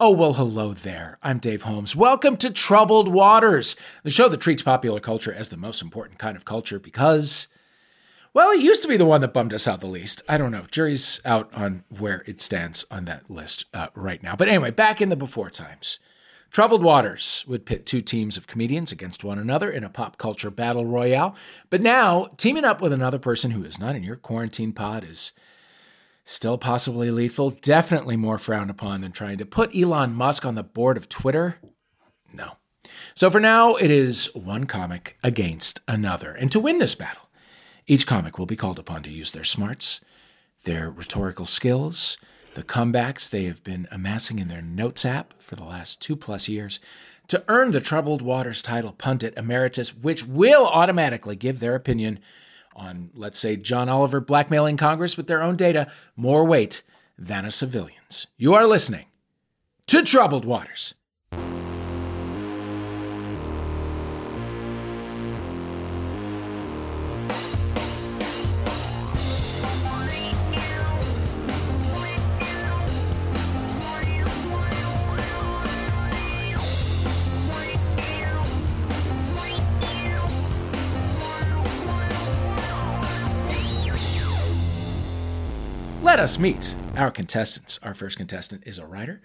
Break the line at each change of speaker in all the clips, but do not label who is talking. Oh, well, hello there. I'm Dave Holmes. Welcome to Troubled Waters, the show that treats popular culture as the most important kind of culture because, well, it used to be the one that bummed us out the least. I don't know. Jury's out on where it stands on that list uh, right now. But anyway, back in the before times. Troubled Waters would pit two teams of comedians against one another in a pop culture battle royale. But now, teaming up with another person who is not in your quarantine pod is still possibly lethal, definitely more frowned upon than trying to put Elon Musk on the board of Twitter? No. So for now, it is one comic against another. And to win this battle, each comic will be called upon to use their smarts, their rhetorical skills, the comebacks they have been amassing in their notes app for the last two plus years to earn the Troubled Waters title Pundit Emeritus, which will automatically give their opinion on, let's say, John Oliver blackmailing Congress with their own data more weight than a civilian's. You are listening to Troubled Waters. Let us meet our contestants. Our first contestant is a writer.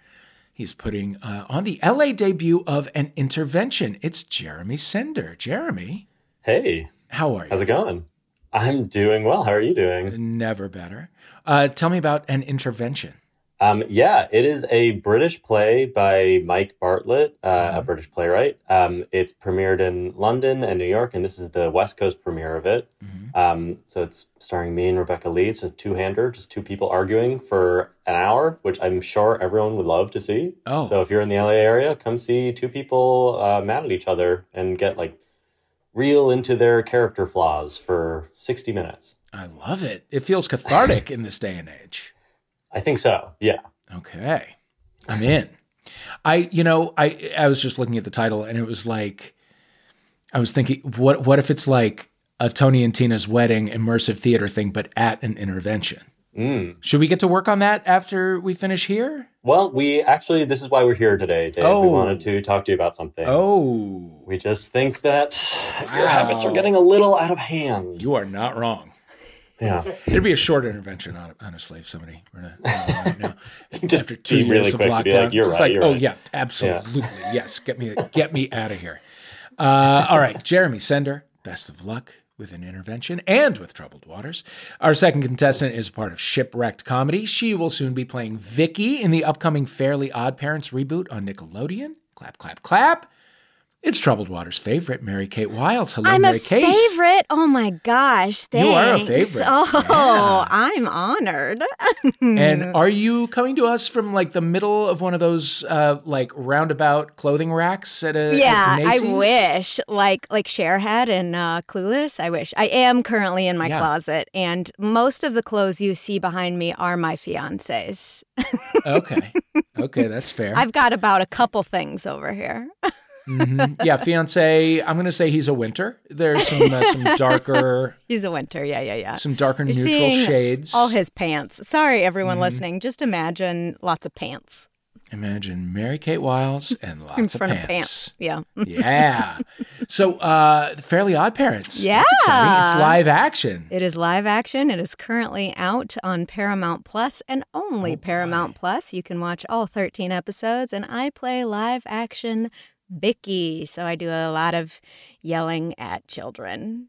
He's putting uh, on the LA debut of an intervention. It's Jeremy Sender. Jeremy,
Hey,
how are you?
how's it going? I'm doing well. How are you doing?
Never better. Uh, tell me about an intervention.
Um, yeah, it is a British play by Mike Bartlett, uh, a British playwright. Um, it's premiered in London and New York, and this is the West Coast premiere of it. Um, so it's starring me and Rebecca Lee. It's a two hander, just two people arguing for an hour, which I'm sure everyone would love to see.
Oh,
So if you're in the LA area, come see two people uh, mad at each other and get like real into their character flaws for 60 minutes.
I love it. It feels cathartic in this day and age.
I think so. Yeah.
Okay. I'm in. I you know, I I was just looking at the title and it was like I was thinking what what if it's like a Tony and Tina's wedding immersive theater thing but at an intervention.
Mm.
Should we get to work on that after we finish here?
Well, we actually, this is why we're here today, Dave.
Oh.
We wanted to talk to you about something.
Oh.
We just think that your
Wow.
habits are getting a little out of hand.
You are not wrong.
Yeah.
It'd be a short intervention, hon- honestly, if somebody were to right now.
Just be really quick to be like, "You're
just
right,
like,
you're
oh
right."
yeah, absolutely, yes. Get me, get me out of here. Uh, all right, Jeremy Sender, best of luck with an intervention and with Troubled Waters. Our second contestant is part of Shipwrecked Comedy. She will soon be playing Vicky in the upcoming Fairly Odd Parents reboot on Nickelodeon. Clap, clap, clap. It's Troubled Waters' favorite, Mary Kate Wiles. Hello,
I'm
Mary
a
Kate.
favorite. Oh my gosh,
You
thanks.
are a favorite.
Oh,
Yeah. Uh,
I'm honored.
And are you coming to us from like the middle of one of those uh, like roundabout clothing racks at a at
yeah, I
Macy's?
wish like like Cher had in uh, Clueless. I wish I am currently in my
Yeah.
closet, and most of the clothes you see behind me are my fiance's.
Okay, okay, that's fair.
I've got about a couple things over here.
Mhm. Yeah, fiance. I'm gonna say he's a winter. There's some uh, some darker
He's a winter. Yeah, yeah, yeah.
some darker
You're
neutral
seeing
shades.
All his pants. Sorry, everyone
Mm-hmm.
listening. Just imagine lots of pants
Imagine Mary Kate Wiles and lots
in
of
front
pants.
of pants. Yeah.
yeah. So, uh, Fairly Odd Parents. That's exciting. It's
Yeah.
live action.
It is live action. It is currently out on Paramount Plus and
Oh,
only Paramount Plus. You can watch all 13 episodes, and I play live action Vicky. So I do a lot of yelling at children.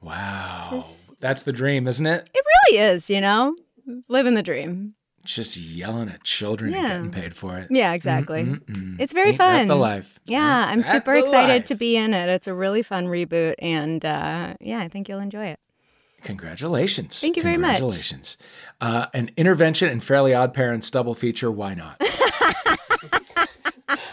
Wow.
Just-
That's the dream, isn't it?
It really is, you know, living the dream.
Just yelling at children
Yeah.
and getting paid for it.
Yeah, exactly.
Mm-mm-mm.
It's very
Ain't that
fun.
the life.
Yeah,
Ain't
I'm
that
super
Mm-hmm. the
excited to
life.
be in it. It's a really fun reboot, and uh, yeah, I think you'll enjoy it.
Congratulations.
Thank you very much.
Congratulations. Uh, an intervention and Fairly Odd Parents double feature. Why not?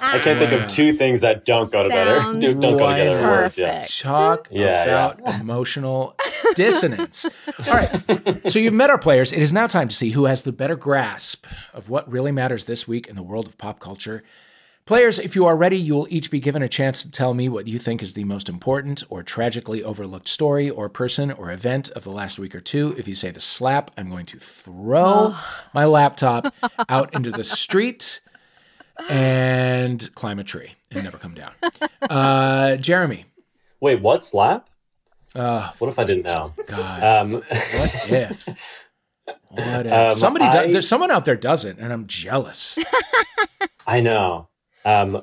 I can't think of two things that don't go together.
Sounds
Do- don't go together. in words, yeah.
perfect.
Talk
Yeah,
about emotional dissonance. All right. So you've met our players. It is now time to see who has the better grasp of what really matters this week in the world of pop culture. Players, if you are ready, you will each be given a chance to tell me what you think is the most important or tragically overlooked story or person or event of the last week or two. If you say the slap, I'm going to throw my laptop out into the street. and climb a tree and never come down. Uh, Jeremy.
Wait, what slap?
Oh,
What if I didn't know?
God.
Um,
What if? What if?
Um,
Somebody
I-
does, there's someone out there does it, and I'm jealous.
I know. Um,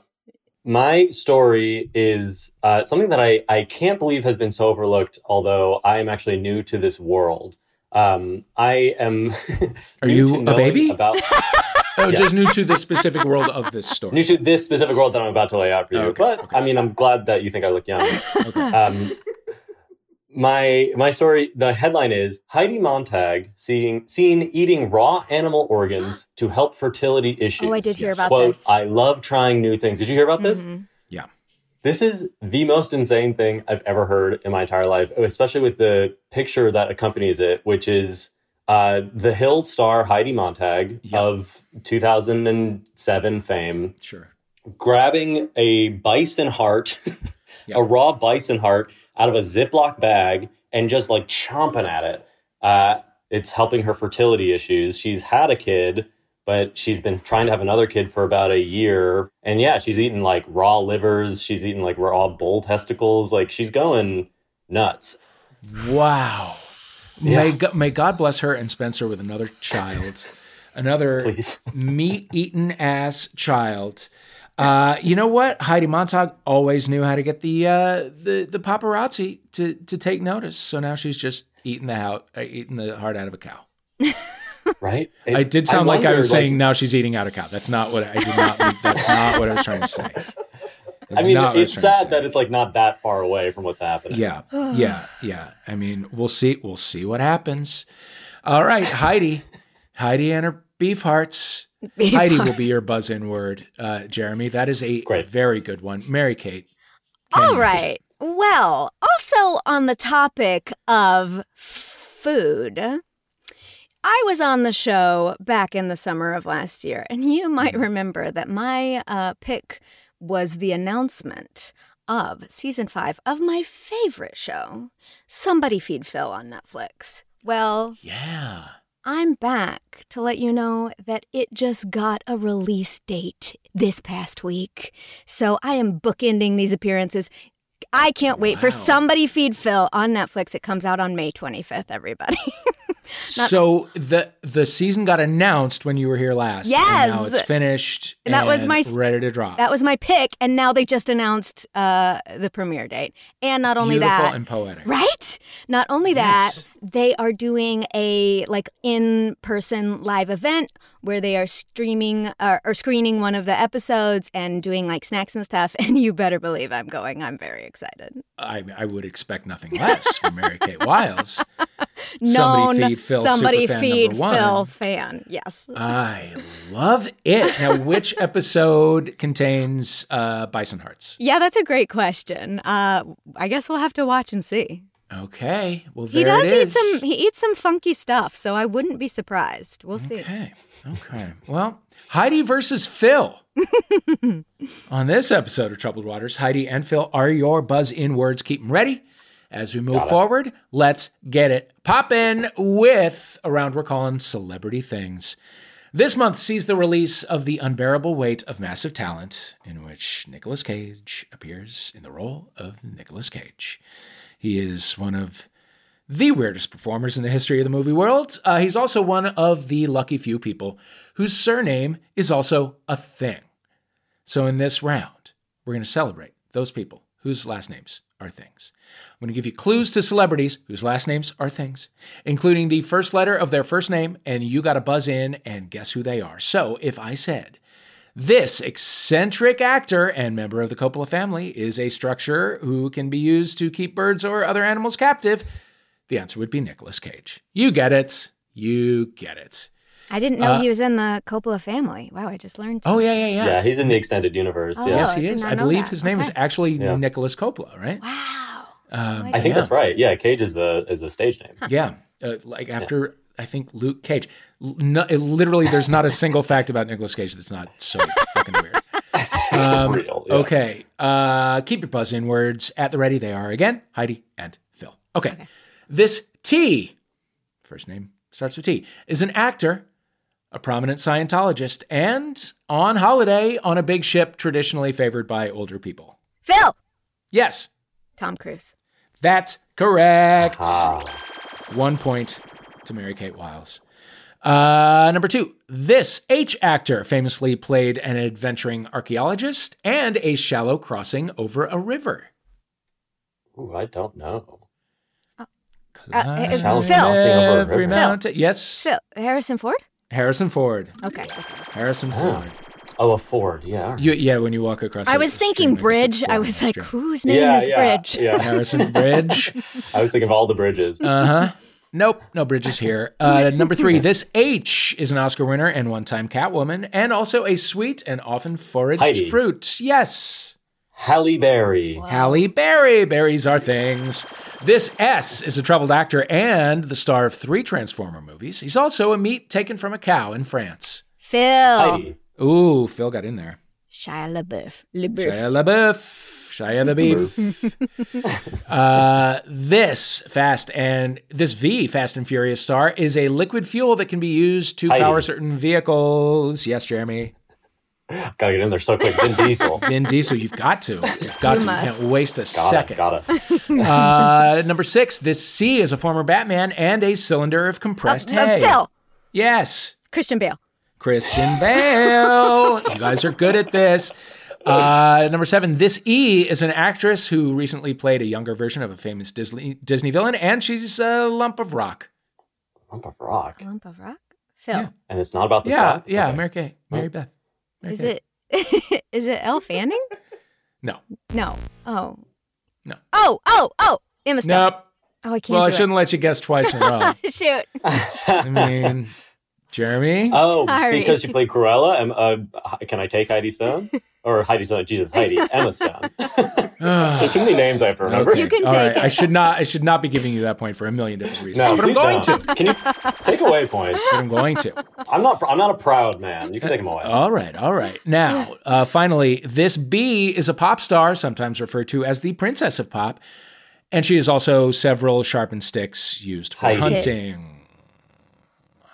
my story is uh, something that I, I can't believe has been so overlooked, although I am actually new to this world. Um, I am.
Are
new
you
to
a
knowing
baby?
About,
Oh,
Yes.
just new to the specific world of this
new
story.
to this specific world that I'm about to lay out for you.
Oh, Okay,
but
okay.
I mean, I'm glad that you think I look young.
Okay.
um, my my story. The headline is Heidi Montag seeing seen eating raw animal organs to help fertility issues.
Oh, I did hear
yes.
about
Quote,
this.
I love trying new things. Did you hear about this?
Mhm.
This is the most insane thing I've ever heard in my entire life, especially with the picture that accompanies it, which is uh, the Hill star Heidi Montag
Yep.
of 2007 fame
Sure.
grabbing a bison heart,
Yeah.
a raw bison heart, out of a Ziploc bag and just like chomping at it. Uh, it's helping her fertility issues. She's had a kid, but she's been trying to have another kid for about a year. And yeah, she's eating like raw livers. She's eating like raw bull testicles. Like she's going nuts.
Wow. May,
Yeah.
Go- may God bless her and Spencer with another child, another
Please.
meat eaten ass child. Uh, you know what? Heidi Montag always knew how to get the uh, the the paparazzi to to take notice. So now she's just eating the how, uh, eating the heart out of a cow.
Right?
I did sound like I
wonder,
was saying now she's eating out of cow. That's not what I did not. that's not what I was trying to say.
I
That's
mean,
not what I was
it's
trying to
sad
say.
that it's like not that far away from what's happening.
Yeah, yeah, yeah. I mean, we'll see. We'll see what happens. All right, Heidi, Heidi and her beef hearts. Heidi will be your buzz-in word, uh, Jeremy. That is a
Great.
very good one, Mary Kate.
All right. Well, also on the topic of food, I was on the show back in the summer of last year, and you might remember that my uh, pick was the announcement of season five of my favorite show, Somebody Feed Phil on Netflix. Well,
Yeah.
I'm back to let you know that it just got a release date this past week. So I am bookending these appearances. I can't wait
Wow.
for Somebody Feed Phil on Netflix. It comes out on May 25th, everybody.
so the the season got announced when you were here last.
Yes.
And now it's finished.
And that was
and
my s-
ready to drop.
that was my pick, and now they just announced uh, the premiere date. And not only
beautiful
that,
and poetic.
Right? Not only that,
Yes.
they are doing a like in-person live event where they are streaming uh, or screening one of the episodes and doing like snacks and stuff and you better believe I'm going. I'm very excited.
I, I would expect nothing less from Mary Kate Wiles.
Known
somebody feed Phil.
somebody
superfan
feed
number one.
Phil fan. Yes.
I love it. Now, which episode contains uh, bison hearts?
Yeah, that's a great question. Uh, I guess we'll have to watch and see.
Okay. Well, there
He does
it
eat
is.
some he eats some funky stuff, so I wouldn't be surprised. We'll see.
Okay. Okay. Well, Heidi versus Phil. On this episode of Troubled Waters, Heidi and Phil are your buzz in words. Keep them ready. As we move forward, let's get it poppin' with a round we're calling Celebrity Things. This month sees the release of The Unbearable Weight of Massive Talent, in which Nicolas Cage appears in the role of Nicolas Cage. He is one of the weirdest performers in the history of the movie world. Uh, he's also one of the lucky few people whose surname is also a thing. So in this round, we're going to celebrate those people whose last names are things. I'm going to give you clues to celebrities whose last names are things, including the first letter of their first name, and you got to buzz in and guess who they are. So if I said, this eccentric actor and member of the Coppola family is a structure who can be used to keep birds or other animals captive. The answer would be Nicolas Cage. You get it. You get it.
I didn't
Uh,
know he was in the Coppola family. Wow, I just learned
Oh, yeah, yeah, yeah.
Yeah, he's in the extended universe.
Oh,
yeah.
Yes,
I
he
did
is.
not
I
know
believe
that.
his name is
Okay.
actually
Yeah.
Nicholas Coppola, right?
Wow. Oh
Um,
I
Yeah.
think that's right. Yeah, Cage is the is a stage name.
yeah. Uh, like after, I think, Luke Cage. L- No, it, literally, there's not a single fact about Nicolas Cage that's not so fucking weird.
It's
Um,
real. yeah.
Okay. Uh, keep your buzz in words at the ready. They are again Heidi and Phil. Okay. This T, first name starts with T, is an actor, a prominent Scientologist, and on holiday on a big ship traditionally favored by older people.
Phil!
Yes,
Tom Cruise.
that's correct.
Ah,
One point to Mary Kate Wiles. Uh, number two, this H actor famously played an adventuring archaeologist and a shallow crossing over a river.
ooh, I don't know.
Uh, uh,
Climb
Shallow Phil.
crossing over a
every
river.
mountain- Yes,
Phil. Harrison Ford?
Harrison Ford.
Okay.
Harrison
Oh.
Ford.
Oh, a Ford. Yeah. all right.
You, yeah, when you walk across.
I
the
was
stream,
thinking
I guess it's
bridge. I
Ford
was
on the
like,
stream.
whose name
yeah,
is
yeah,
Bridge?
Yeah.
Harrison Bridge.
I was thinking of all the bridges.
Uh huh. Nope, no bridges here. Uh, number three, this H is an Oscar winner and one time Catwoman, and also a sweet and often foraged
Heidi.
fruit. Yes.
Halle Berry.
Oh.
Halle Berry. Berries are things. This S is a troubled actor and the star of three Transformer movies. He's also a meat taken from a cow in France.
Phil.
Heidi.
Ooh, Phil got in there.
Shia LaBeouf. LaBeouf. Oh,
Shia LaBeouf. Shia LaBeouf. uh, this fast and this V Fast and Furious star is a liquid fuel that can be used to
Heidi.
power certain vehicles. Yes, Jeremy.
Gotta get in there so quick. Vin Diesel.
Vin Diesel, you've got to. You've got
You
to.
must.
You can't waste a
Gotta,
2nd
gotta.
Uh, number six. This C is a former Batman and a cylinder of compressed
Uh,
hay.
Phil.
Yes.
Christian Bale.
Christian Bale. you guys are good at this. Uh, number seven, this E is an actress who recently played a younger version of a famous Disney Disney villain, and she's a lump of rock.
Lump of rock.
Lump of Rock. Phil.
And it's not about the
yeah,
song?
yeah,
Okay.
Mary Kay, Mary Beth. Mary
Is
Kay.
it? is it Elle Fanning?
No,
No. Oh.
No.
Oh. Oh. Oh. Emma Stone.
nope.
Oh, I can't.
Well,
do
I
it.
shouldn't let you guess twice in a row.
Shoot.
I mean, Jeremy.
Oh,
Sorry.
because you play Cruella. Am, uh, can I take Heidi Stone or Heidi Stone? Jesus, Heidi Emma Stone.
Ah.
there are too many names I have to remember.
Okay.
You can
All
take
right,
it.
I should not. I should not be giving you that point for a million different reasons.
No,
but I'm
please
going
don't.
to.
Can you take away points?
But I'm going to.
I'm not. I'm not a proud man. You can take them away.
All right, all right. Now, uh, finally, this B is a pop star, sometimes referred to as the princess of pop, and she is also several sharpened sticks used for
Heidi.
hunting.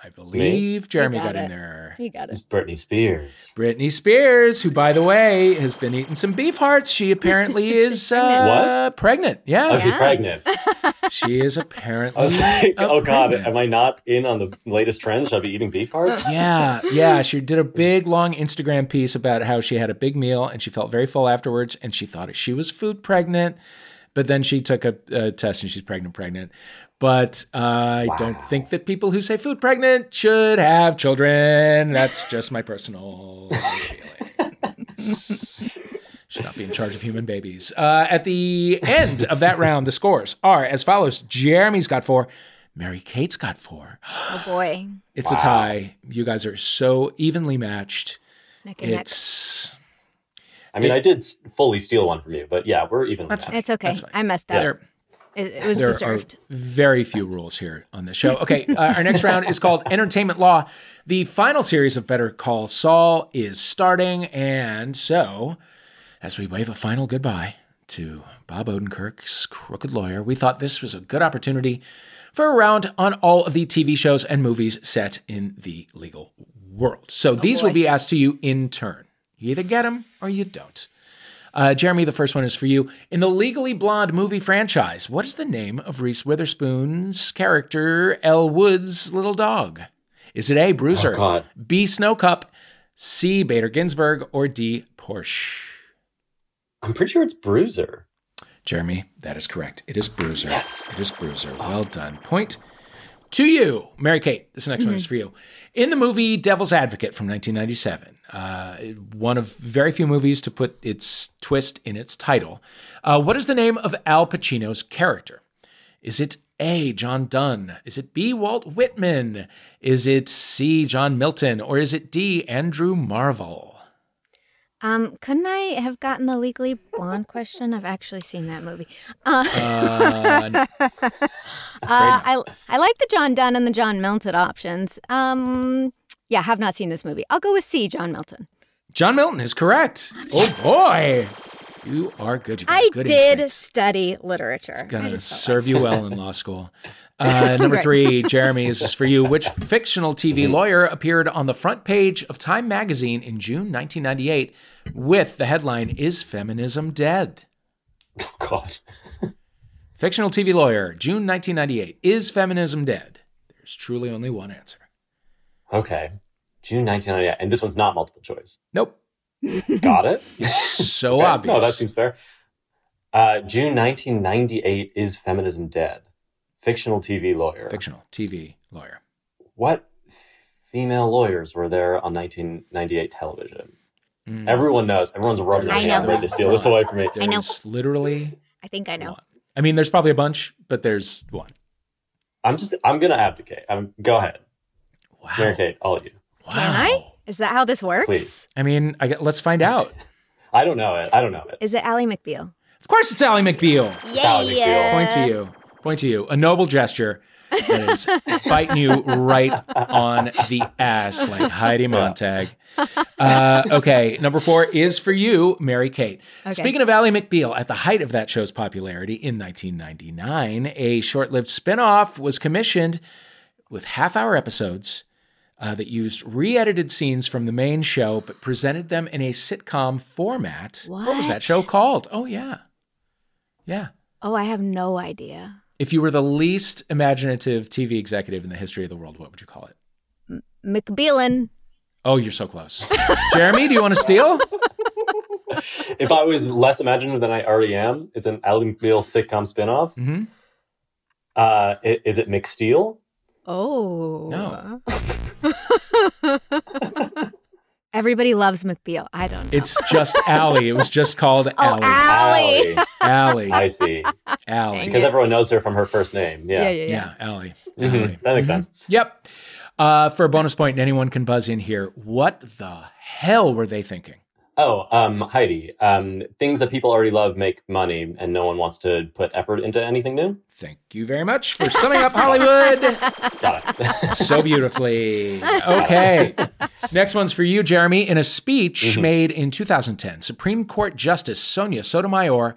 I believe Jeremy
You
got,
got
in
it.
there.
You got it.
Britney Spears.
Britney Spears, who, by the way, has been eating some beef hearts. She apparently is uh, pregnant.
Oh,
Yeah,
she's pregnant. I
she is apparently.
was like,
uh,
oh god,
pregnant.
am I not in on the latest trend? Should I be eating beef hearts?
yeah, yeah. She did a big long Instagram piece about how she had a big meal and she felt very full afterwards, and she thought she was food pregnant, but then she took a, a test and she's pregnant, pregnant. But I don't think that people who say food pregnant should have children. That's just my personal feeling. Should not be in charge of human babies. Uh, at the end of that round, the scores are as follows: Jeremy's got four, Mary Kate's got four.
Oh boy.
It's a tie. You guys are so evenly matched.
Neck and
It's
I mean, I did s- fully steal one from you, but yeah, we're even.
neck. It's okay.
That's fine.
I messed up.
there.
It, it was
There
deserved.
are very few rules here on the show. Okay, uh, our next round is called Entertainment Law. The final series of Better Call Saul is starting, and so as we wave a final goodbye to Bob Odenkirk's Crooked Lawyer, we thought this was a good opportunity for a round on all of the TV shows and movies set in the legal world. So these will be asked to you in turn. You either get them or you don't. Uh, Jeremy, the first one is for you. In the Legally Blonde movie franchise, what is the name of Reese Witherspoon's character, Elle Wood's little dog? Is it A, Bruiser,
Oh, God.
B, Snowcup, C, Bader Ginsburg, or D, Porsche?
I'm pretty sure it's Bruiser.
Jeremy, that is correct. It is Bruiser.
Yes.
It is Bruiser. Well done. Point to you, Mary Kate. This next one is for you. In the movie Devil's Advocate from 1997, uh, one of very few movies to put its twist in its title, uh, what is the name of Al Pacino's character? Is it A, John Dunn? Is it B, Walt Whitman? Is it C, John Milton? Or is it D, Andrew Marvel?
Um, couldn't I have gotten the Legally Blonde question? I've actually seen that movie. Uh,
Uh,
uh, I I like the John Dunn and the John Milton options. Um, yeah, have not seen this movie. I'll go with C. John Milton.
John Milton is correct. Oh boy, you are good. You got
I
good
did
instincts.
study literature. I
Gonna
just felt
serve you well in law school. Uh, number
Right.
three, Jeremy, this is for you. Which fictional TV lawyer appeared on the front page of Time magazine in June 1998 with the headline, Is Feminism Dead?
Oh, God.
Fictional TV lawyer, June 1998. Is feminism dead? There's truly only one answer.
Okay. June 1998. And this one's not multiple choice.
Nope.
Got it?
So
Okay.
obvious.
No, that seems fair. Uh, June 1998 is Feminism Dead. Fictional TV lawyer.
Fictional TV lawyer.
What female lawyers were there on 1998 television?
Mm.
Everyone knows. Everyone's rubbing their
I
hands
know.
ready to steal this away from me.
I know.
There's literally
I think I know.
one. I mean, there's probably a bunch, but there's one.
I'm just, I'm going to abdicate. Um go ahead.
Wow.
Mary Kate, all of you.
Wow.
Can I? Is that how this works?
Please.
I mean, I gu- let's find out.
I don't know it. I don't know it.
Is it Ally McBeal?
Of course, it's Ally McBeal.
Ally McBeal.
Point to you. Point to you. A noble gesture that is biting you right on the ass, like Heidi Montag. Uh, okay, number four is for you, Mary Kate.
Okay.
Speaking of Ally McBeal, at the height of that show's popularity in 1999, a short lived spinoff was commissioned with half hour episodes uh, that used re edited scenes from the main show, but presented them in a sitcom format. what was that
What?
show called? Oh, yeah. Yeah.
Oh, I have no idea.
If you were the least imaginative TV executive in the history of the world, what would you call it?
McBealin.
Oh, you're so close. Jeremy, do you want to steal?
If I was less imaginative than I already am, it's an Ally McBeal sitcom spinoff.
Mm-hmm.
Uh, i- is it McSteel?
Oh.
No.
Everybody loves McBeal. I don't know.
It's just Allie. It was just called
oh,
Allie.
Allie.
Ally.
Allie.
I see.
Allie.
Dang
Because
it.
everyone knows her from her first name. Yeah.
yeah,
Yeah, Allie.
Mhm.
Allie. Mm-hmm.
That makes sense.
Yep. Uh, for a bonus point, and anyone can buzz in here. What the hell were they thinking?
Oh, um, Heidi, um, things that people already love make money and no one wants to put effort into anything new.
Thank you very much for summing up Hollywood
Got it.
so beautifully. Okay. Next one's for you, Jeremy. In a speech made in 2010, Supreme Court Justice Sonia Sotomayor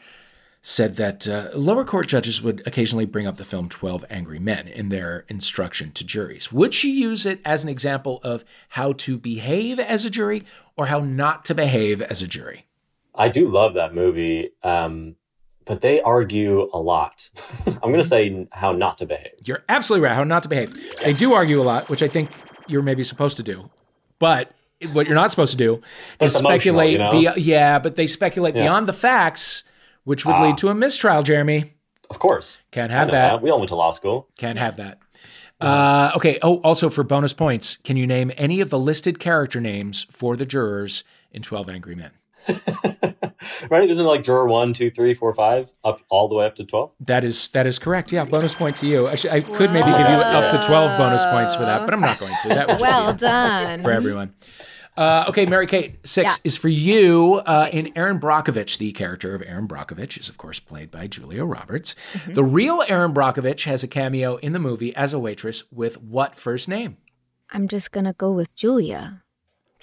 said that uh, lower court judges would occasionally bring up the film 12 Angry Men in their instruction to juries. Would she use it as an example of how to behave as a jury or how not to behave as a jury?
I do love that movie, um, but they argue a lot. I'm going to say how not to behave.
You're absolutely right. How not to behave. They do argue a lot, which I think you're maybe supposed to do. But what you're not supposed to do
But
is
it's emotional,
speculate.
you know?
be- yeah, but they speculate
Yeah.
beyond the facts, which would lead to a mistrial. Jeremy
Of course.
can't
I
have
know
that.
We all went to law school.
Can't have that. Uh, okay. Oh, also for bonus points, can you name any of the listed character names for the jurors in Twelve Angry Men?
right? Isn't it like juror one, two, three, four, five, up all the way up to 12?
That is that is correct. Yeah, bonus point to you. I, should, I could maybe give you up to twelve bonus points for that, but I'm not going to. That would just be
Well done.
for everyone. Uh, okay, Mary Kate, six is for you. Uh, in Aaron Brockovich, the character of Aaron Brockovich is, of course, played by Julia Roberts.
Mm-hmm.
The real Aaron Brockovich has a cameo in the movie as a waitress with what first name?
I'm just going to go with Julia.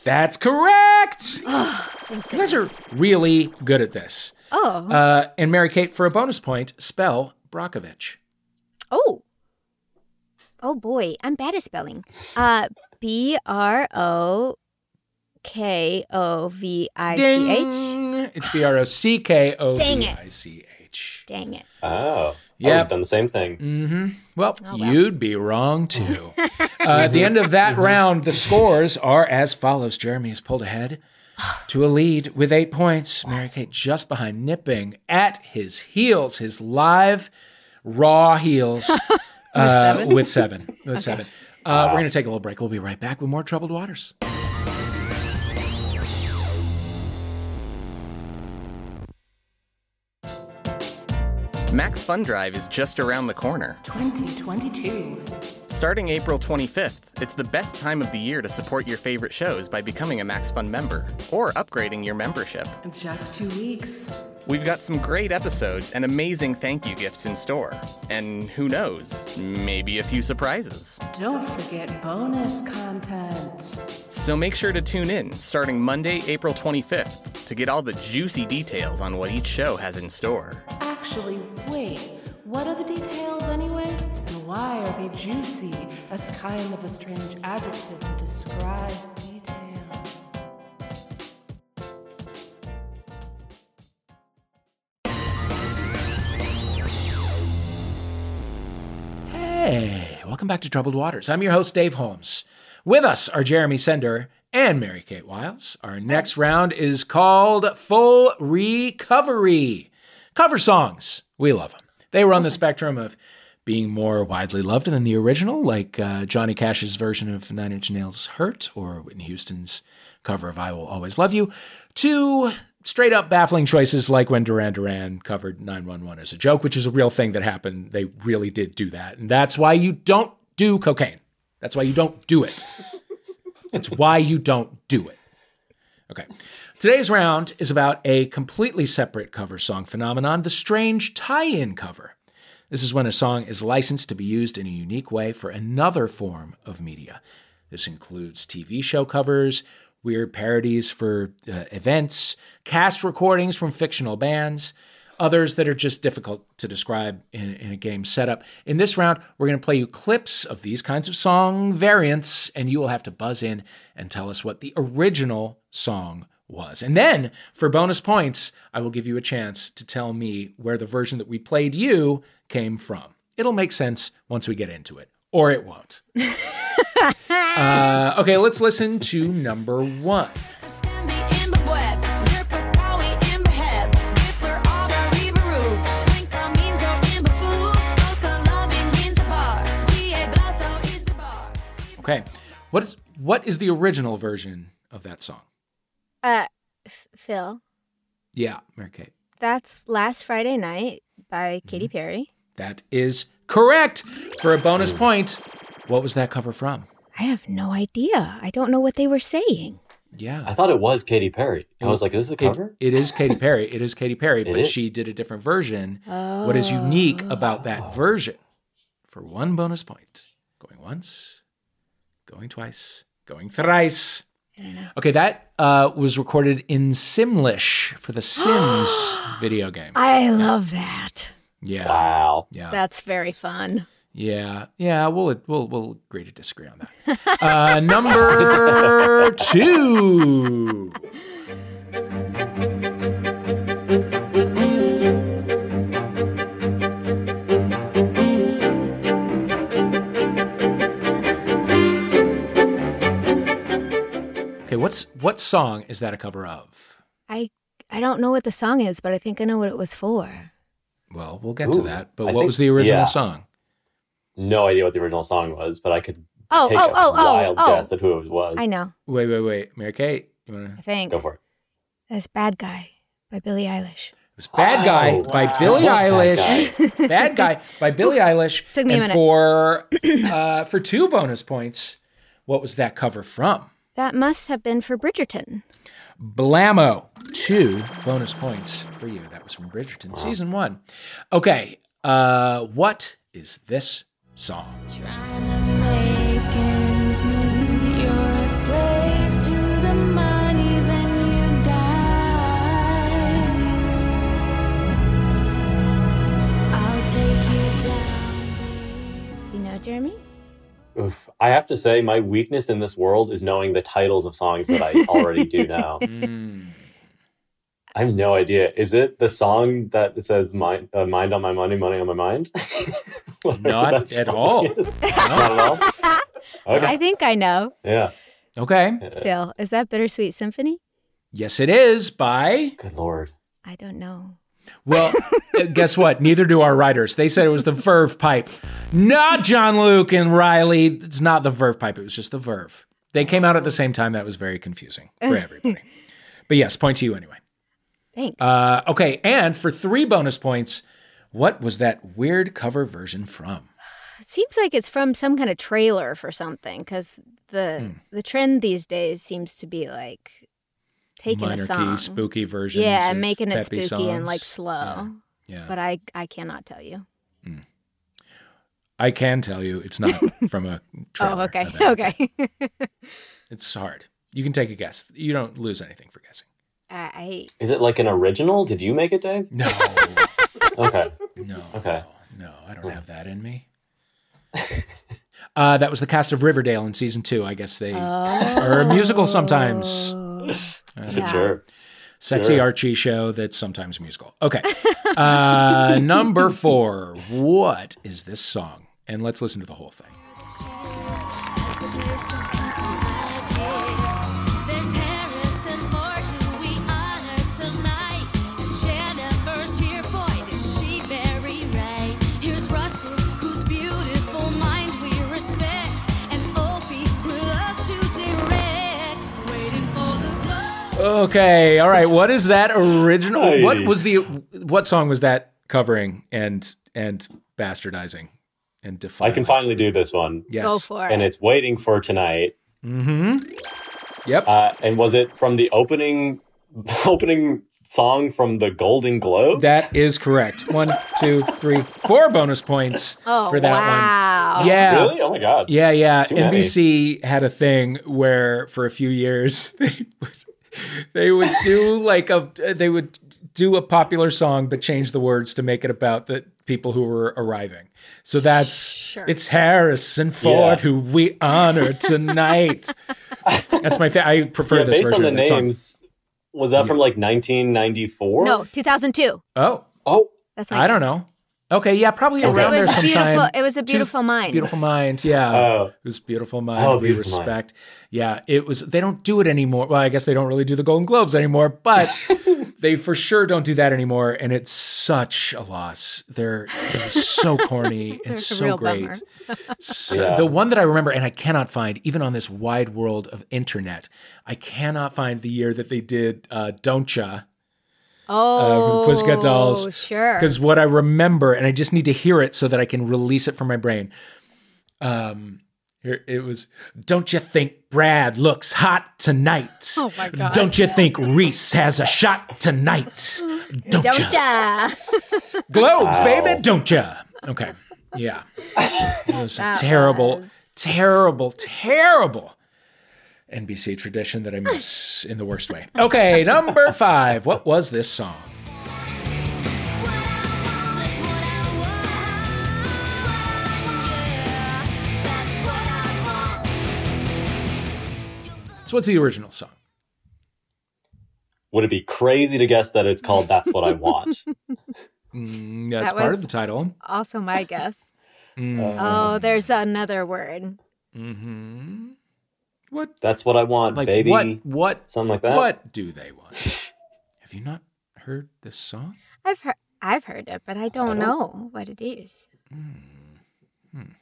That's correct.
Thank
You guys are really good at this.
Oh.
Uh, and Mary Kate, for a bonus point, spell Brockovich.
Oh. Oh boy, I'm bad at spelling. Uh B R O K O V I C H.
Ding. It's B R O C K O
Dang
V
it.
I C H.
Dang it.
Oh, yeah,
Yep.
have done the same thing.
Mm.
hmm Well,
Oh, well.
you'd be wrong too. uh, at the end of that round, the scores are as follows. Jeremy is pulled ahead to a lead with eight points. Mary Kate just behind, nipping at his heels, his live, raw heels uh, with seven. With seven. Uh, we're going to take a little break. We'll be right back with more Troubled Waters.
Max Fun Drive is just around the corner.
2022.
Starting April 25th, it's the best time of the year to support your favorite shows by becoming a Max Fun member or upgrading your membership.
Just two weeks.
We've got some great episodes and amazing thank you gifts in store. And who knows, maybe a few surprises.
Don't forget bonus content.
So make sure to tune in starting Monday, April 25th to get all the juicy details on what each show has in store.
Actually, wait. What are the details anyway? And Why are they juicy? That's kind of a strange adjective to describe details.
Hey, welcome back to Troubled Waters. I'm your host, Dave Holmes. With us are Jeremy Sender and Mary Kate Wiles. Our next round is called Full Recovery. Cover songs. We love them. They were on the spectrum of being more widely loved than the original, like uh, Johnny Cash's version of Nine Inch Nails Hurt or Whitney Houston's cover of I Will Always Love You, to straight up baffling choices like when Duran Duran covered 911 as a joke, which is a real thing that happened. They really did do that. And that's why you don't do cocaine. That's why you don't do it. It's why you don't do it. Okay. Today's round is about a completely separate cover song phenomenon, the strange tie in cover. This is when a song is licensed to be used in a unique way for another form of media. This includes TV show covers, weird parodies for uh, events, cast recordings from fictional bands, others that are just difficult to describe in, in a game setup. In this round, we're going to play you clips of these kinds of song variants, and you will have to buzz in and tell us what the original song was. And then for bonus points, I will give you a chance to tell me where the version that we played you came from. It'll make sense once we get into it, or it won't. Uh, okay, let's listen to number one. Okay, what is what is the original version of that song?
Uh, F- Phil,
Yeah, Mary Kate.
that's Last Friday Night by Katy
Mm-hmm.
Perry.
That is correct. For a bonus point, what was that cover from?
I have no idea. I don't know what they were saying.
Yeah.
I thought it was Katy Perry. I
Mm.
was like, is this a
It-
cover?
it is Katy Perry. It is Katy Perry, but
is.
she did a different version. What is unique about
Oh.
that version? For one bonus point, going once, going twice, going thrice. Okay, that uh, was recorded in Simlish for the Sims video game.
I love that.
Yeah,
wow.
yeah.
That's very fun.
Yeah, yeah, we'll we'll we'll agree to disagree on that. Uh, number two. Okay, what's what song is that a cover of?
I I don't know what the song is, but I think I know what it was for.
Well, we'll get to
Ooh,
that. But
I
what
think-
was the original
yeah.
song?
No idea what the original song was, but I could
Oh,
take
oh,
a
oh, oh,
wild
oh.
guess at who it was.
I know.
Wait, wait, wait, Mary Kate, you wanna?
I think
Go for it.
that's Bad Guy by Billie Eilish.
It was Bad Guy
Oh,
by
wow.
Billie
It was Bad
Eilish. Bad guy. by Billie Eilish.
Took me a
and
minute.
For, uh, for two bonus points, what was that cover from?
That must have been for Bridgerton.
Blammo. Two bonus points for you. That was from Bridgerton, season one. Okay, uh, what is this song?
Trying to make ends meet. You're a slave to the money, then you die. I'll take you down.
Do you know, Jeremy?
Oof. I have to say, my weakness in this world is knowing the titles of songs that I already do now.
Mm.
I have no idea. Is it the song that it says "mind, uh, mind on my money, money on my mind"? Whatever
Not
that
at
song
all.
is. Not at all. Okay.
I think I know.
yeah.
Okay,
Phil, is that Bittersweet Symphony?
yes, it is by.
Good lord.
I don't know.
Well, uh, guess what? Neither do our writers. They said it was the Verve pipe. Not John Luke and Riley. It's not the Verve pipe. It was just the Verve. They came out at the same time. That was very confusing for everybody. but yes, point to you anyway.
Thanks.
Uh, okay, and for three bonus points, what was that weird cover version from?
it seems like it's from some kind of trailer for something because the
Hmm.
the trend these days seems to be like taking
Minor
a song,
key, spooky version.
yeah, and making it spooky and like slow.
Yeah.
But I I cannot tell you.
I can tell you, it's not from a. trailer
oh, okay,
of anything.
okay.
It's hard. You can take a guess. You don't lose anything for guessing.
I
Is it like an original? Did you make it, Dave?
No.
Okay.
No.
Okay.
No, I don't have that in me. Uh, that was the cast of Riverdale in season two. I guess
Oh.
they are a musical sometimes.
Yeah.
Sure.
Sexy
Sure.
Archie show that's sometimes a musical. Okay. Uh, number four. What is this song? And let's listen to the whole thing.
There's Harrison Ford, who we honor tonight. And Jennifer's here, boy, did she marry Ray. Here's Russell, whose beautiful mind we respect. And Opie, who loves to direct. Waiting for the glow.
Okay. All right. What is that original?
Hey.
What was the what song was that covering and and bastardizing and
I
defining?
can finally do this one.
yes.
Go for it.
And it's waiting for tonight.
Yep.
Uh, and was it from the opening opening song from the Golden Globes?
that is correct. One, two, three, four bonus points
oh,
for that
wow.
one. Yeah.
really? Oh my god.
Yeah, yeah.
Too many.
NBC had a thing where for a few years they would, they would do like a they would do a popular song but change the words to make it about the people who were arriving. So that's
Sure.
it's Harrison Ford
Yeah.
who we honor tonight. that's my fa- I prefer
Yeah,
this
based on
version
the
of that song.
names, was that from like 1994?
No, 2002.
Oh,
Oh,
That's my
I don't know. Okay, yeah, probably
It
around there
was
sometime.
beautiful. It was a
Two-
beautiful mind.
Beautiful mind, yeah.
Oh.
it was beautiful mind.
Oh,
we
Beautiful Mind.
respect. Yeah, it was. They don't do it anymore. Well, I guess they don't really do the Golden Globes anymore, but they for sure don't do that anymore. And it's such a loss. They're, they're so corny and
It's a
so
real
great.
bummer.
So-
Yeah.
The one that I remember and I cannot find, even on this wide world of internet, I cannot find the year that they did uh, Don't Ya uh, from
Oh,
the Pussycat Dolls.
Sure.
Because what I remember, and I just need to hear it so that I can release it from my brain. Um, here it was. Don't you think Brad looks hot tonight?
Oh my God.
Don't you think Reese has a shot tonight? Don't, ya?
Don't ya?
Globes,
Wow.
baby, don't ya? Okay, yeah. It was a terrible, terrible, terrible NBC tradition that I miss in the worst way. Okay, number five. What was this song?
What I want, that's what I want. Yeah, that's what I want.
So what's the original song?
would it be crazy to guess that it's called "That's What I Want"?
Mm, that's
That
part of
was-
the title.
Also, my guess.
Mm.
Oh, there's another word.
hmm What
That's what I want,
like
baby.
what what
Something like that.
what do they want? Have you not heard this song?
I've heard. I've heard it, but I don't know what it is.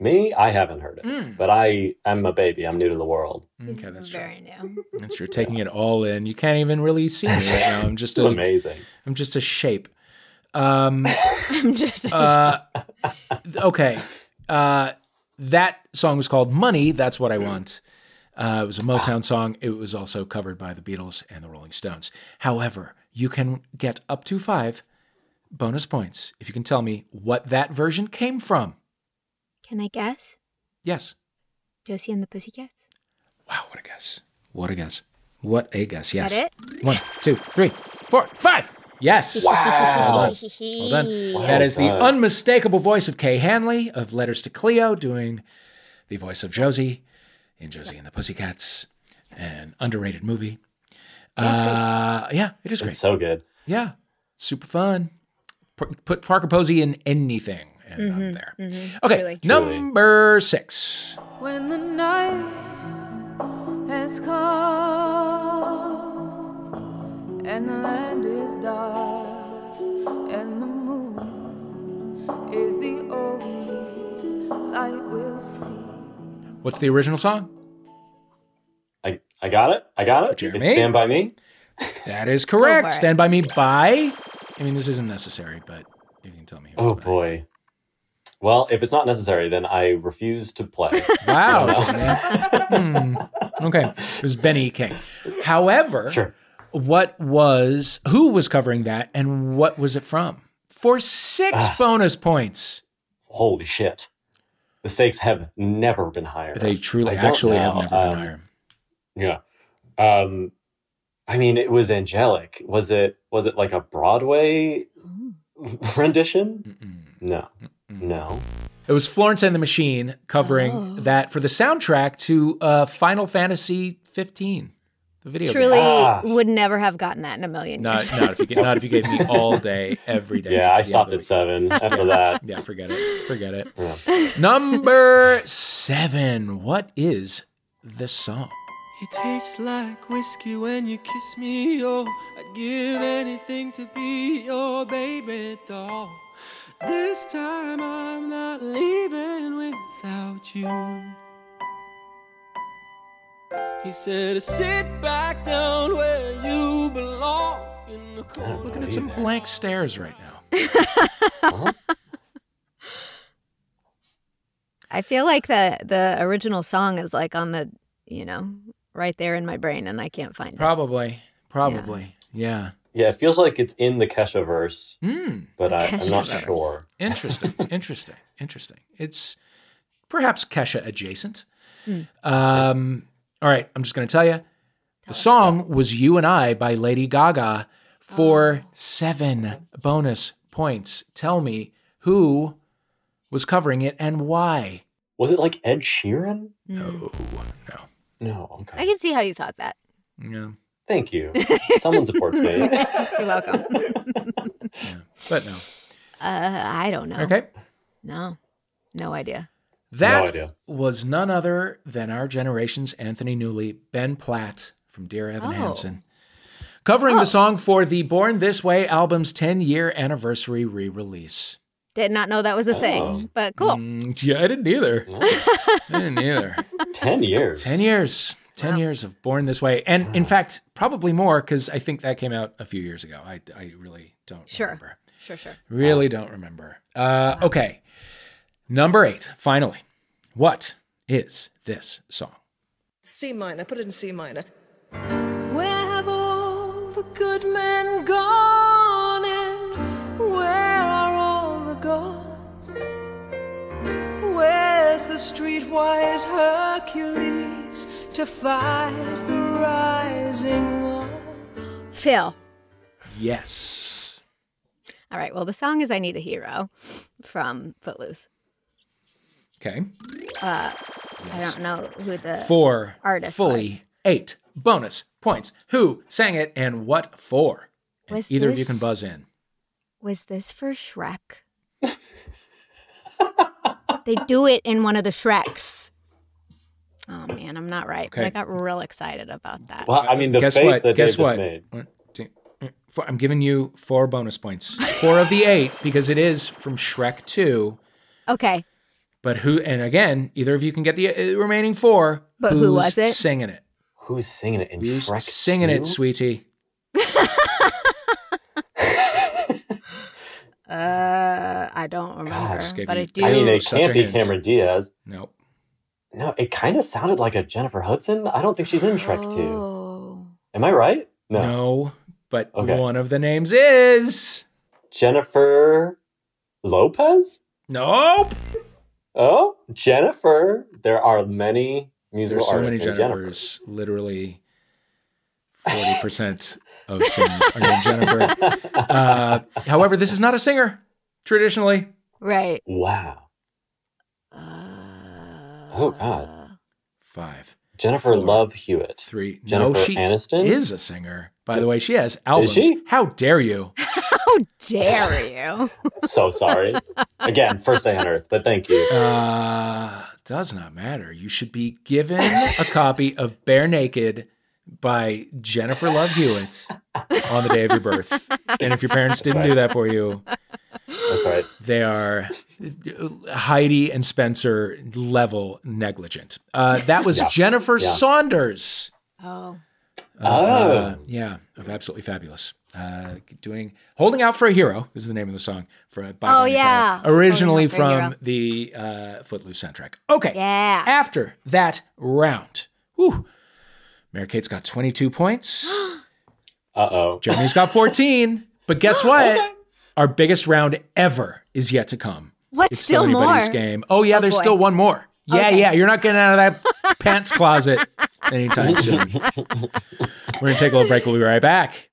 Me, I haven't heard it,
Hmm.
but I am a baby. I'm new to the world.
Okay, that's true.
Very new.
That's you're taking it all in. You can't even really see me right now. I'm just
It's
a
amazing.
I'm just a shape. Um
I'm just.
uh okay. Uh that song was called Money, That's What I Want. Uh, it was a Motown song. It was also covered by the Beatles and the Rolling Stones. However, you can get up to five bonus points if you can tell me what that version came from.
can I guess?
Yes.
Josie and the Pussycats.
Wow, what a guess. What a guess. What a guess. Yes.
that
it? One, two, three, four, five. Yes. Wow. Well done. That is the
done.
unmistakable voice of Kay Hanley of Letters to Cleo doing the voice of Josie in Josie and the Pussycats, an underrated movie. Uh, yeah, it is great.
It's so good.
Yeah, super fun. P- put Parker Posey in anything, and I'm there. Okay,
Truly.
number six.
When the night has come and the land is dark and the moon is the only light we'll see.
What's the original song?
I, I got it. I got it.
Jeremy?
It's Stand by Me.
That is correct.
it.
Stand by me by. I mean, this isn't necessary, but you can tell me. who
Oh
it's by.
boy. Well, if it's not necessary, then I refuse to play.
Wow. man. Hmm. Okay, it was Benny King. However,
Sure.
what was who was covering that, and what was it from? For six
Ah.
bonus points.
Holy shit. The stakes have never been higher.
They truly,
I don't
actually, have
know.
never been
Um,
higher.
Yeah. Um I mean it was angelic. Was it was it like a Broadway rendition?
Mm-mm.
No.
Mm.
No.
It was Florence and the Machine covering that for the soundtrack to uh, Final Fantasy 15, the video game.
Truly
Ah.
would never have gotten that in a million
Not,
years.
not if you get, not if you gave me all day every day.
Yeah,
to
I
the
stopped
end of
at
the
seven after that.
week. Yeah, forget it. Forget it. Number seven. What is the song?
It tastes like whiskey when you kiss me. Oh, I'd give anything to be your baby doll. This time I'm not leaving without you. He said, Sit back down where you belong in the cold.
Looking at some
Either.
blank stares right now.
I feel like the the original song is like on the you know right there in my brain, and I can't find it.
Probably. Probably. Yeah.
Yeah, it feels like it's in the Kesha verse,
Hmm.
but I, I'm not
Keshaverse.
sure.
Interesting. interesting. Interesting. It's perhaps Kesha adjacent. Um, all right. I'm just going to tell you the song was You and I by Lady Gaga for seven bonus points. Tell me who was covering it and why. Oh.
Was it like Ed Sheeran?
No, no.
No. Okay.
I can see how you thought that.
Yeah.
Thank you. Someone supports me.
You're welcome. uh,
But no.
I don't know.
Okay.
No, no idea.
That
idea.
was none other than our generation's Anthony Newley, Ben Platt from Dear Evan
Oh.
Hansen, covering
Oh.
the song for the Born This Way album's 10 year anniversary re release.
Did not know that was a
Oh.
thing, but cool.
Mm. yeah, I didn't either. I didn't either.
Ten years.
10 years. 10 years of Born This Way. And in fact, probably more because I think that came out a few years ago. I, I really don't
Sure.
remember.
Sure, sure.
Really don't remember. Uh, Okay. Number eight, finally. What is this song?
C minor, put it in C minor. Where have all the good men gone and where are all the gods? Where's the streetwise Hercules to fight the rising war?
Phil.
Yes.
All right. Well, the song is "I Need a Hero" from Footloose.
Okay.
I don't know who the
Four
Uh, artist
fully
was.
eight bonus points. Who sang it and what for? And
Was
either of you can
this-
buzz in.
was this for Shrek. they do it in one of the Shreks. Oh man, I'm not right. But I
Okay.
got real excited about that.
Well, I mean, the
Guess
face
what?
that
Guess
Dave just
what?
made.
One, two, three, four. I'm giving you four bonus points. Four of the eight because it is from Shrek Two.
Okay.
But who? And again, either of you can get the uh, remaining four.
But who
Who's
was it?
Singing it.
Who's singing it in
Who's
Shrek?
singing it,
2?
sweetie?
Uh, I don't remember,
just gave
but
you-
I do.
I mean, it
Such a
can't be
hint.
Cameron Diaz.
Nope.
No, it kind of sounded like a Jennifer Hudson. I don't think she's in Shrek 2.
oh,
Am I right?
No.
No.
but
Okay.
one of the names is
Jennifer Lopez?
nope.
Oh, Jennifer. There are many
There are
musical
so many
artists named Jennifer.
Jennifers. Literally, forty percent of singers are named Jennifer. Uh, however, this is not a singer traditionally.
right.
Wow.
Uh,
oh, God.
Uh,
Five,
Jennifer
four,
Love Hewitt.
three.
Jennifer
no, she
Aniston?
is a singer. By the way, she has albums.
she?
How dare you?
How dare you?
So sorry. Again, first day on earth, but thank you.
Uh, does not matter. You should be given a copy of Bare Naked by Jennifer Love Hewitt on the day of your birth. And if your parents didn't do that for you,
That's all right.
They are Heidi and Spencer level negligent. Uh, that was Jennifer Saunders.
Oh,
Uh, yeah, of absolutely fabulous. Uh, doing holding out for a hero is the name of the song for by
Oh,
Bonnie
yeah.
Tyler, originally
Holding Out for a
from the uh, Footloose soundtrack. Okay,
Yeah.
After that round, whew, Mary Kate's got twenty two points.
Uh oh.
Jeremy's got fourteen. But guess what? Our biggest round ever is yet to come.
what's
It's
still
still
more?
anybody's game. Oh yeah, there's
boy.
still one more. Yeah,
Okay.
yeah, you're not getting out of that pants closet anytime soon. We're gonna take a little break. We'll be right back.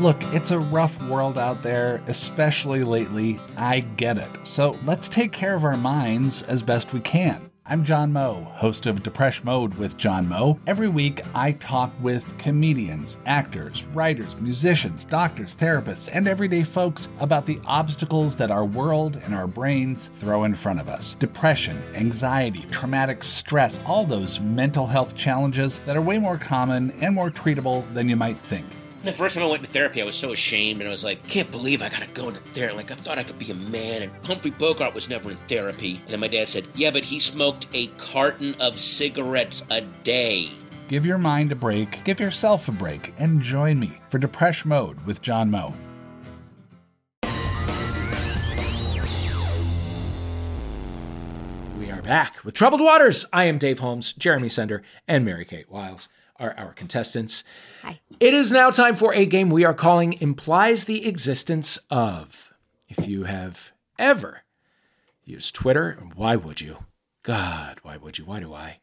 Look, it's a rough world out there, especially lately. I get it. So let's take care of our minds as best we can. I'm John Moe, host of Depression Mode with John Moe. Every week, I talk with comedians, actors, writers, musicians, doctors, therapists, and everyday folks about the obstacles that our world and our brains throw in front of us. Depression, anxiety, traumatic stress, all those mental health challenges that are way more common and more treatable than you might think.
The first time I went to therapy, I was so ashamed, and I was like, "Can't believe I gotta go into therapy." Like I thought I could be a man, and Humphrey Bogart was never in therapy. And then my dad said, "Yeah, but he smoked a carton of cigarettes a day."
Give your mind a break, give yourself a break, and join me for Depression Mode with John Moe.
We are back with Troubled Waters. I am Dave Holmes, Jeremy Sender, and Mary Kate Wiles are our contestants.
Hi.
It is now time for a game we are calling Implies the Existence of. If you have ever used Twitter, and why would you? God, why would you? Why do I?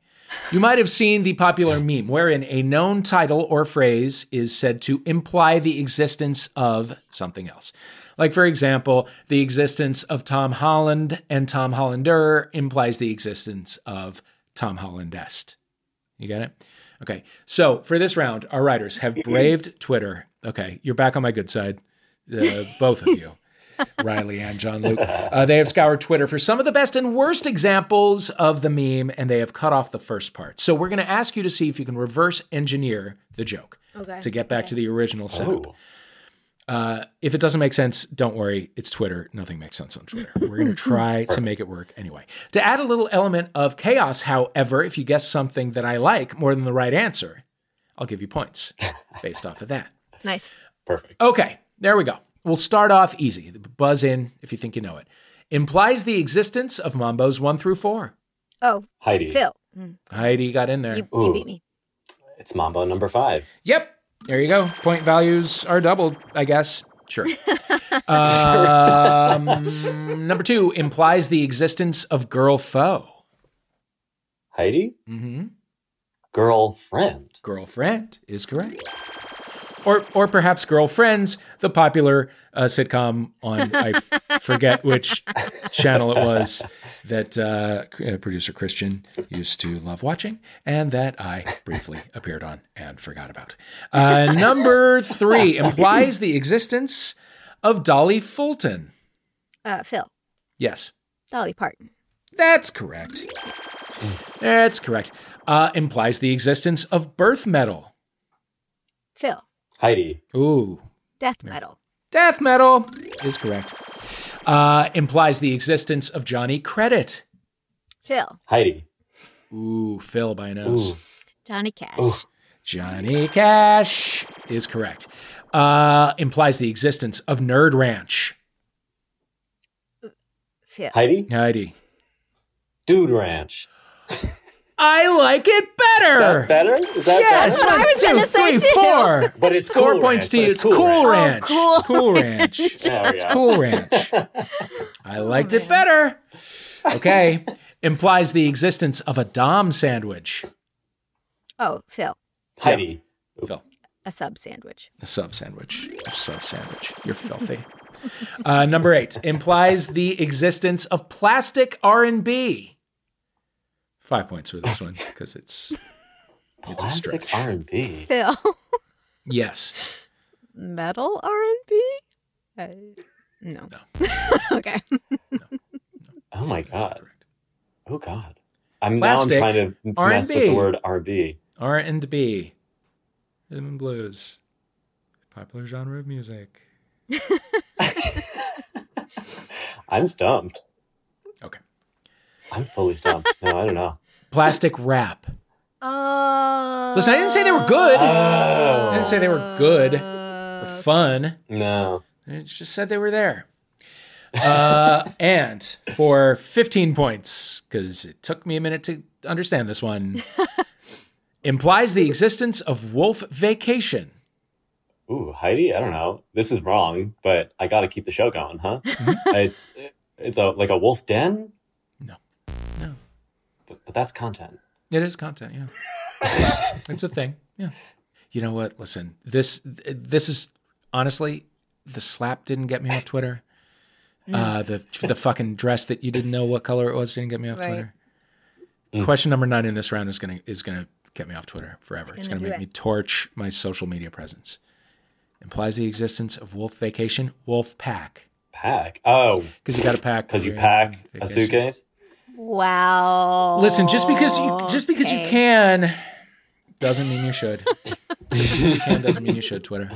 You might have seen the popular meme wherein a known title or phrase is said to imply the existence of something else. Like, for example, the existence of Tom Holland and Tom Hollander implies the existence of Tom Hollandest. You get it? Okay. So for this round, our writers have
Mm-hmm.
braved Twitter. Okay. You're back on my good side, uh, both of you. Riley and John Luke. Uh, they have scoured Twitter for some of the best and worst examples of the meme, and they have cut off the first part. So we're going to ask you to see if you can reverse engineer the joke
Okay.
to get back to the original
Oh,
setup. Uh, if it doesn't make sense, don't worry. It's Twitter. Nothing makes sense on Twitter. We're going to try to make it work anyway. To add a little element of chaos, however, if you guess something that I like more than the right answer, I'll give you points based off of that.
Nice.
Perfect.
Okay, there we go. We'll start off easy. Buzz in if you think you know it. Implies the existence of Mambos 1 through 4.
Oh,
Heidi.
Phil, Mm,
Heidi got in there.
you, you
Ooh.
beat me.
It's Mambo number five.
Yep. There you go. Point values are doubled, I guess. Sure. um, number two implies the existence of girl foe.
Heidi?
Mm-hmm.
Girlfriend.
Girlfriend is correct. Or, or perhaps Girlfriends, the popular uh, sitcom on, I f- forget which channel it was that uh, c- uh, producer Christian used to love watching and that I briefly appeared on and forgot about. Uh, number three implies the existence of Dolly Fulton.
Uh, Phil,
Yes,
Dolly Parton.
that's correct. That's correct. Uh, implies the existence of birth metal.
Phil,
Heidi.
Ooh,
death metal.
Death metal is correct. Uh, implies the existence of Johnny Credit.
Phil,
Heidi.
Ooh, Phil by nose.
Ooh.
Johnny Cash.
Ooh.
Johnny Cash is correct. Uh, implies the existence of Nerd Ranch.
Phil,
Heidi?
Heidi.
Dude Ranch.
I like it
Is that
better.
better? Is that
yes,
better?
one,
I was
two,
gonna say
three,
too.
four.
But it's
Four
Cool
points
Ranch,
to
but
you.
it's
It's
Cool
Cool Ranch.
Ranch. Oh,
Cool Ranch. Oh,
There we
It's
go.
Cool Ranch. I liked it better. Okay. Implies the existence of a Dom sandwich.
oh, Phil,
Heidi.
Phil.
a sub sandwich.
A sub sandwich. A sub sandwich. You're filthy. Uh, number eight implies the existence of plastic R and B. Five points for this one because it's it's a
Classic
stretch.
R&B.
Phil,
Yes,
metal R and B. Uh, No. okay.
Oh my God. Oh God. I'm
Plastic,
now I'm trying to mess with
R&B.
the word R&B.
R and B, rhythm and blues, popular genre of music.
I'm stumped.
Okay.
I'm fully stumped. No, I don't know.
Plastic wrap.
Oh.
Listen, I didn't say they were good. I
Oh.
didn't say they were good or fun.
No.
It just said they were there. Uh, and for 15 points, because it took me a minute to understand this one, implies the existence of Wolf Vacation.
Ooh, Heidi, I don't know. This is wrong, but I got to keep the show going, huh? it's it's a like a wolf den?
Mm-hmm. No. No.
But, but that's content.
It is content, yeah. it's a thing, yeah. You know what? Listen, this this is honestly, the slap didn't get me off Twitter.
Mm.
Uh, the the fucking dress that you didn't know what color it was didn't get me off
Right.
Twitter.
Mm.
Question number nine in this round is gonna is gonna get me off Twitter forever.
It's
It's
gonna
gonna,
do
make
it.
me torch my social media presence. Implies the existence of wolf vacation, wolf pack.
Pack. Oh,
because you got to pack.
Because you
for your
pack a
vacation.
suitcase.
Wow.
Listen, just because you just because you
Oh, Okay.
can doesn't mean you should. just because you can doesn't mean you should. Twitter.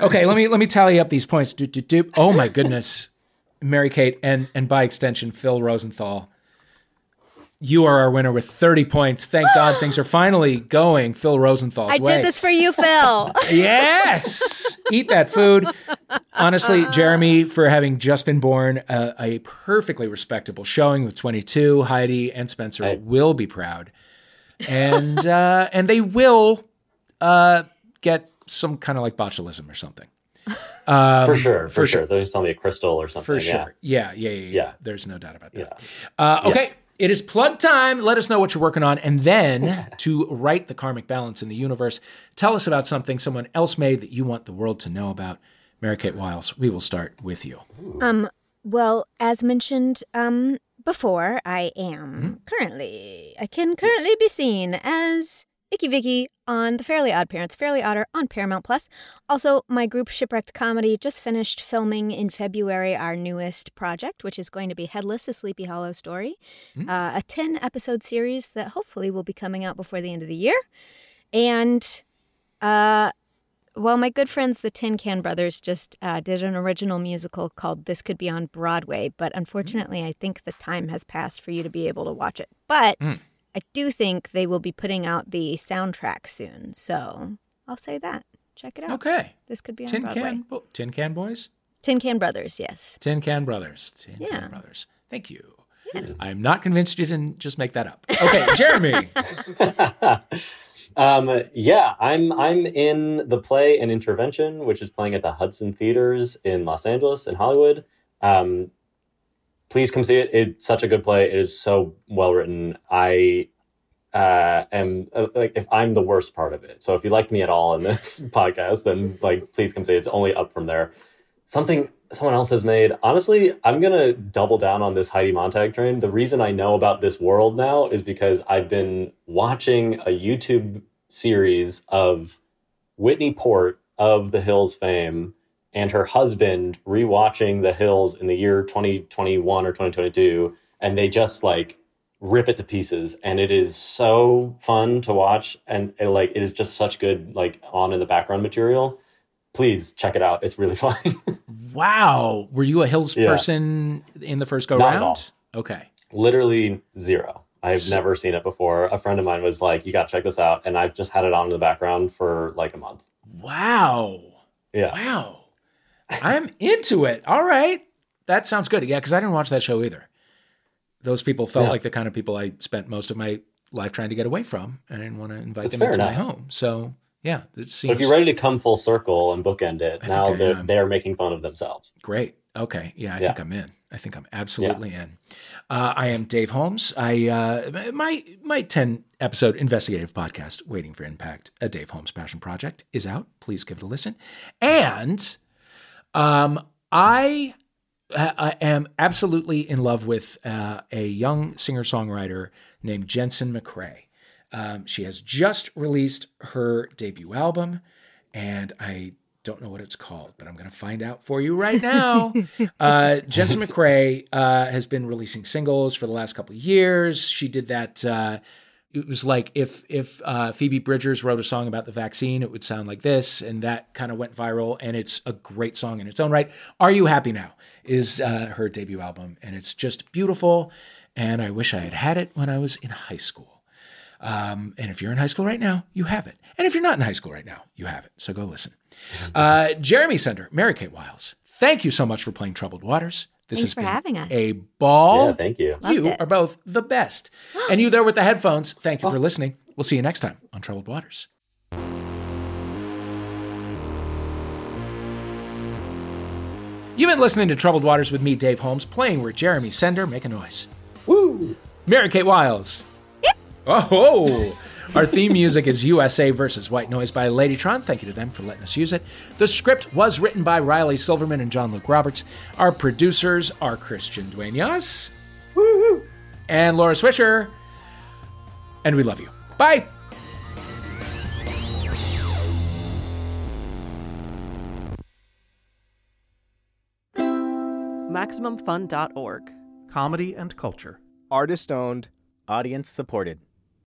Okay, let me let me tally up these points. Doop, doop, doop. Oh my goodness, Mary Kate and and by extension Phil Rosenthal. You are our winner with 30 points. Thank God things are finally going Phil Rosenthal's
I
way.
did this for you, Phil.
Yes, eat that food. Honestly, Jeremy, for having just been born, uh, a perfectly respectable showing with 22. Heidi and Spencer will be proud, and uh, and they will uh, get some kind of like botulism or something. Um,
for sure. For, sure. They'll just sell me a crystal or something.
For
yeah.
sure. Yeah. Yeah. Yeah. Yeah.
Yeah.
There's no doubt about that.
Yeah.
Uh,
Yeah.
okay. It is plug time. Let us know what you're working on. And then to write the karmic balance in the universe, tell us about something someone else made that you want the world to know about. Mary Kate Wiles, we will start with you.
Um, well, as mentioned um, before, I am currently, I can currently be seen as Icky Vicky on The Fairly Odd Parents, Fairly Odder on Paramount Plus. Also, my group Shipwrecked Comedy just finished filming in February our newest project, which is going to be Headless, a Sleepy Hollow Story, uh, a 10 episode series that hopefully will be coming out before the end of the year. And uh, well, my good friends, the Tin Can Brothers, just uh, did an original musical called This Could Be on Broadway, but unfortunately, I think the time has passed for you to be able to watch it. But
Mm.
I do think they will be putting out the soundtrack soon. So I'll say that. Check it out.
Okay.
This could be on
Tin
Broadway.
can, Bo- Tin Can Boys?
Tin Can Brothers, yes.
Tin Can Brothers. Tin
Yeah.
Can Brothers. Thank you. I'm not convinced you didn't just make that up. Okay, Jeremy.
Um, yeah, I'm I'm in the play and intervention, which is playing at the Hudson Theaters in Los Angeles and Hollywood. Um, please come see it. It's such a good play. It is so well written. I uh, am uh, like if I'm the worst part of it. So if you liked me at all in this podcast, then like please come see it. It's only up from there. Something someone else has made. Honestly, I'm gonna double down on this Heidi Montag train. The reason I know about this world now is because I've been watching a YouTube series of Whitney Port of The Hills fame and her husband rewatching The Hills in the year 2021 or 2022, and they just like rip it to pieces, and it is so fun to watch, and it, like it is just such good like on in the background material. Please check it out; it's really fun.
wow. Were you a Hills
Yeah.
person in the first go
Not at
round?
all.
Okay.
Literally zero. I've
So-
never seen it before. A friend of mine was like, "You got to check this out," and I've just had it on in the background for like a month.
Wow.
Yeah.
Wow. I'm into it. All right. That sounds good. Yeah, because I didn't watch that show either. Those people felt
Yeah.
like the kind of people I spent most of my life trying to get away from. and I didn't want to invite
That's
them
fair
into my
enough.
home. So, yeah, it seems
But if you're ready to come full circle and bookend it,
I
now
think I
they're,
am.
they're making fun of themselves.
great. Okay. Yeah, I
Yeah.
think I'm in. I think I'm absolutely in. Uh, I am Dave Holmes. I uh, my my ten episode investigative podcast, Waiting for Impact, a Dave Holmes passion project, is out. Please give it a listen. And um, I I I am absolutely in love with uh, a young singer songwriter named Jensen McCrae. Um, she has just released her debut album, and I don't know what it's called, but I'm going to find out for you right now. uh, Jensen McCrae uh, has been releasing singles for the last couple of years. She did that. Uh, it was like if if uh, Phoebe Bridgers wrote a song about the vaccine, it would sound like this, and that kind of went viral. And it's a great song in its own right. Are you happy now? Is uh, her debut album, and it's just beautiful. And I wish I had had it when I was in high school. Um, and if you're in high school right now, you have it. And if you're not in high school right now, you have it. So go listen. Uh, Jeremy Sender, Mary Kate Wiles, thank you so much for playing Troubled Waters. This
Thanks
has
for
been
having us.
a ball.
Yeah, thank you.
Loved
you
it. Oh.
are both the best. and you there with the headphones, thank you for listening. We'll see you next time on Troubled Waters. You've been listening to Troubled Waters with me, Dave Holmes, playing where Jeremy Sender make a noise. Woo! Mary Kate Wiles. Oh, Our theme music is USA versus White Noise by Ladytron. Thank you to them for letting us use it. The script was written by Riley Silverman and John Luke Roberts. Our producers are Christian Duenas and Laura Swisher. And we love you. Bye.
MaximumFun.org.
Comedy and culture.
Artist owned. Audience supported.